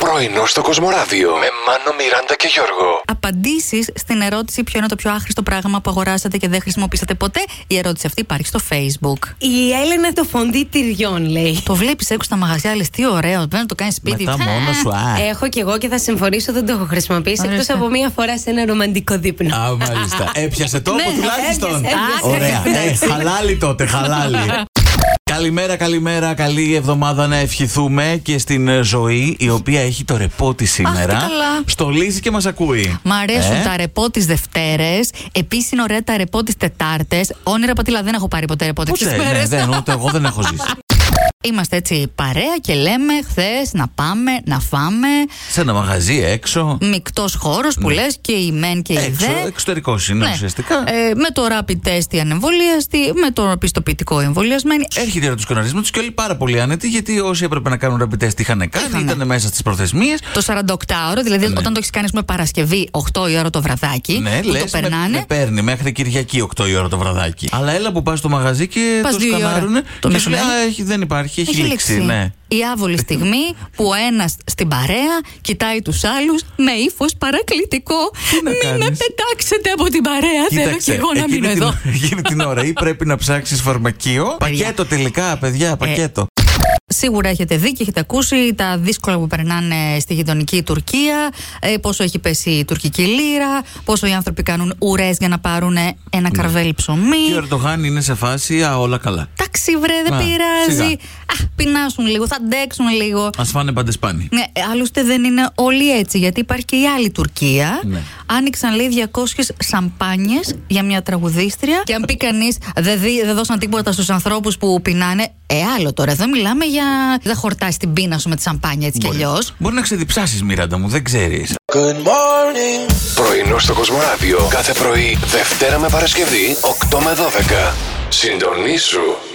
Πρωινό στο Κοσμοράδιο με Μάνο, Μιράντα και Γιώργο. Απαντήσεις στην ερώτηση ποιο είναι το πιο άχρηστο πράγμα που αγοράσατε και δεν χρησιμοποίησατε ποτέ. Η ερώτηση αυτή υπάρχει στο Facebook. Η Έλενα το φondί τυριών λέει. Το βλέπεις έξω στα μαγαζιά, λες τι ωραίο, πρέπει να το κάνεις σπίτι. Ε. Μετά μόνο σου, α. Έχω κι εγώ και θα συμφωνήσω, δεν το έχω χρησιμοποιήσει Ορίστε. εκτό από μία φορά σε ένα ρομαντικό δείπνο. Α, μάλιστα. Έπιασε τόπο Ναι, τουλάχιστον. έπιασε, έπιασε. Ωραία. Ε, Χαλάλι τότε, χαλάλι. Καλημέρα, καλημέρα. Καλή εβδομάδα να ευχηθούμε και στην ε, ζωή η οποία έχει το ρεπό της τι σήμερα. καλά. Στολίζει και μας ακούει. Μ' αρέσουν Ε. τα ρεπό τι Δευτέρες. Επίσης είναι ωραία τα ρεπό τι Τετάρτες. Όνειρα πατήλα δεν έχω πάρει ποτέ ρεπό Πού τι ξέρει, ναι, μέρε. δεν, ούτε εγώ δεν έχω ζήσει. Είμαστε έτσι παρέα και λέμε χθες να πάμε, να φάμε. Σε ένα μαγαζί έξω. Μεικτός χώρος που λες και η μεν και η Ναι. Έξω, δε. εξωτερικός είναι Ναι. ουσιαστικά. Ε, με το rapid test η ανεμβολίαστη, με το πιστοποιητικό εμβολιασμένη. Έρχεται η ώρα του σκοναρίσματο και όλοι πάρα πολύ άνετοι γιατί όσοι έπρεπε να κάνουν rapid test είχαν κάνει, Είχανε. ήταν μέσα στις προθεσμίες. Το 48ωρο, δηλαδή όταν το έχεις κάνει με Παρασκευή 8 η ώρα το βραδάκι, Ναι, που λες, το περνάνε. Με, με παίρνει μέχρι Κυριακή 8 η ώρα το βραδάκι. Αλλά έλα που πας στο μαγαζί και Πας το δύο η ώρα. σκανάρουνε. Το και σου λέει, μεσημέρι. Α, έχει, δεν υπάρχει, έχει, λήξει. Ναι. Η άβολη στιγμή που ο ένας στην παρέα κοιτάει τους άλλους με ύφος παρακλητικό. να Μην με κάνεις?» πετάξετε από την παρέα. Θέλω κι εγώ να εκείνη μείνω την, εδώ. εκείνη την ώρα ή πρέπει να ψάξεις φαρμακείο. πακέτο τελικά, παιδιά, πακέτο. Σίγουρα έχετε δει και έχετε ακούσει τα δύσκολα που περνάνε στη γειτονική Τουρκία, ε, πόσο έχει πέσει η τουρκική λίρα, πόσο οι άνθρωποι κάνουν ουρές για να πάρουν ένα καρβέλι ψωμί. Ναι. Και ο Ερντογάν είναι σε φάση, α, όλα καλά. Εντάξει, βρε, δεν Α, πειράζει. σιγά. Α, πεινάσουν λίγο, θα αντέξουν λίγο. Ας φάνε παντεσπάνι. Ναι, ε, άλλωστε δεν είναι όλοι έτσι, γιατί υπάρχει και η άλλη Τουρκία. Ναι. Άνοιξαν λέει 200 σαμπάνιες για μια τραγουδίστρια. Και αν πει κανείς, δεν δι- δεν δώσαν τίποτα στους ανθρώπους που πεινάνε. Ε, άλλο τώρα. Εδώ μιλάμε για. Δεν χορτάσει την πείνα σου με τη σαμπάνια έτσι κι αλλιώς. Μπορεί να ξεδιψάσεις, Μιράντα μου, δεν ξέρεις. Πρωινό στο Κοσμοράδιο κάθε πρωί, Δευτέρα με Παρασκευή, 8 με 12. Συντονίσου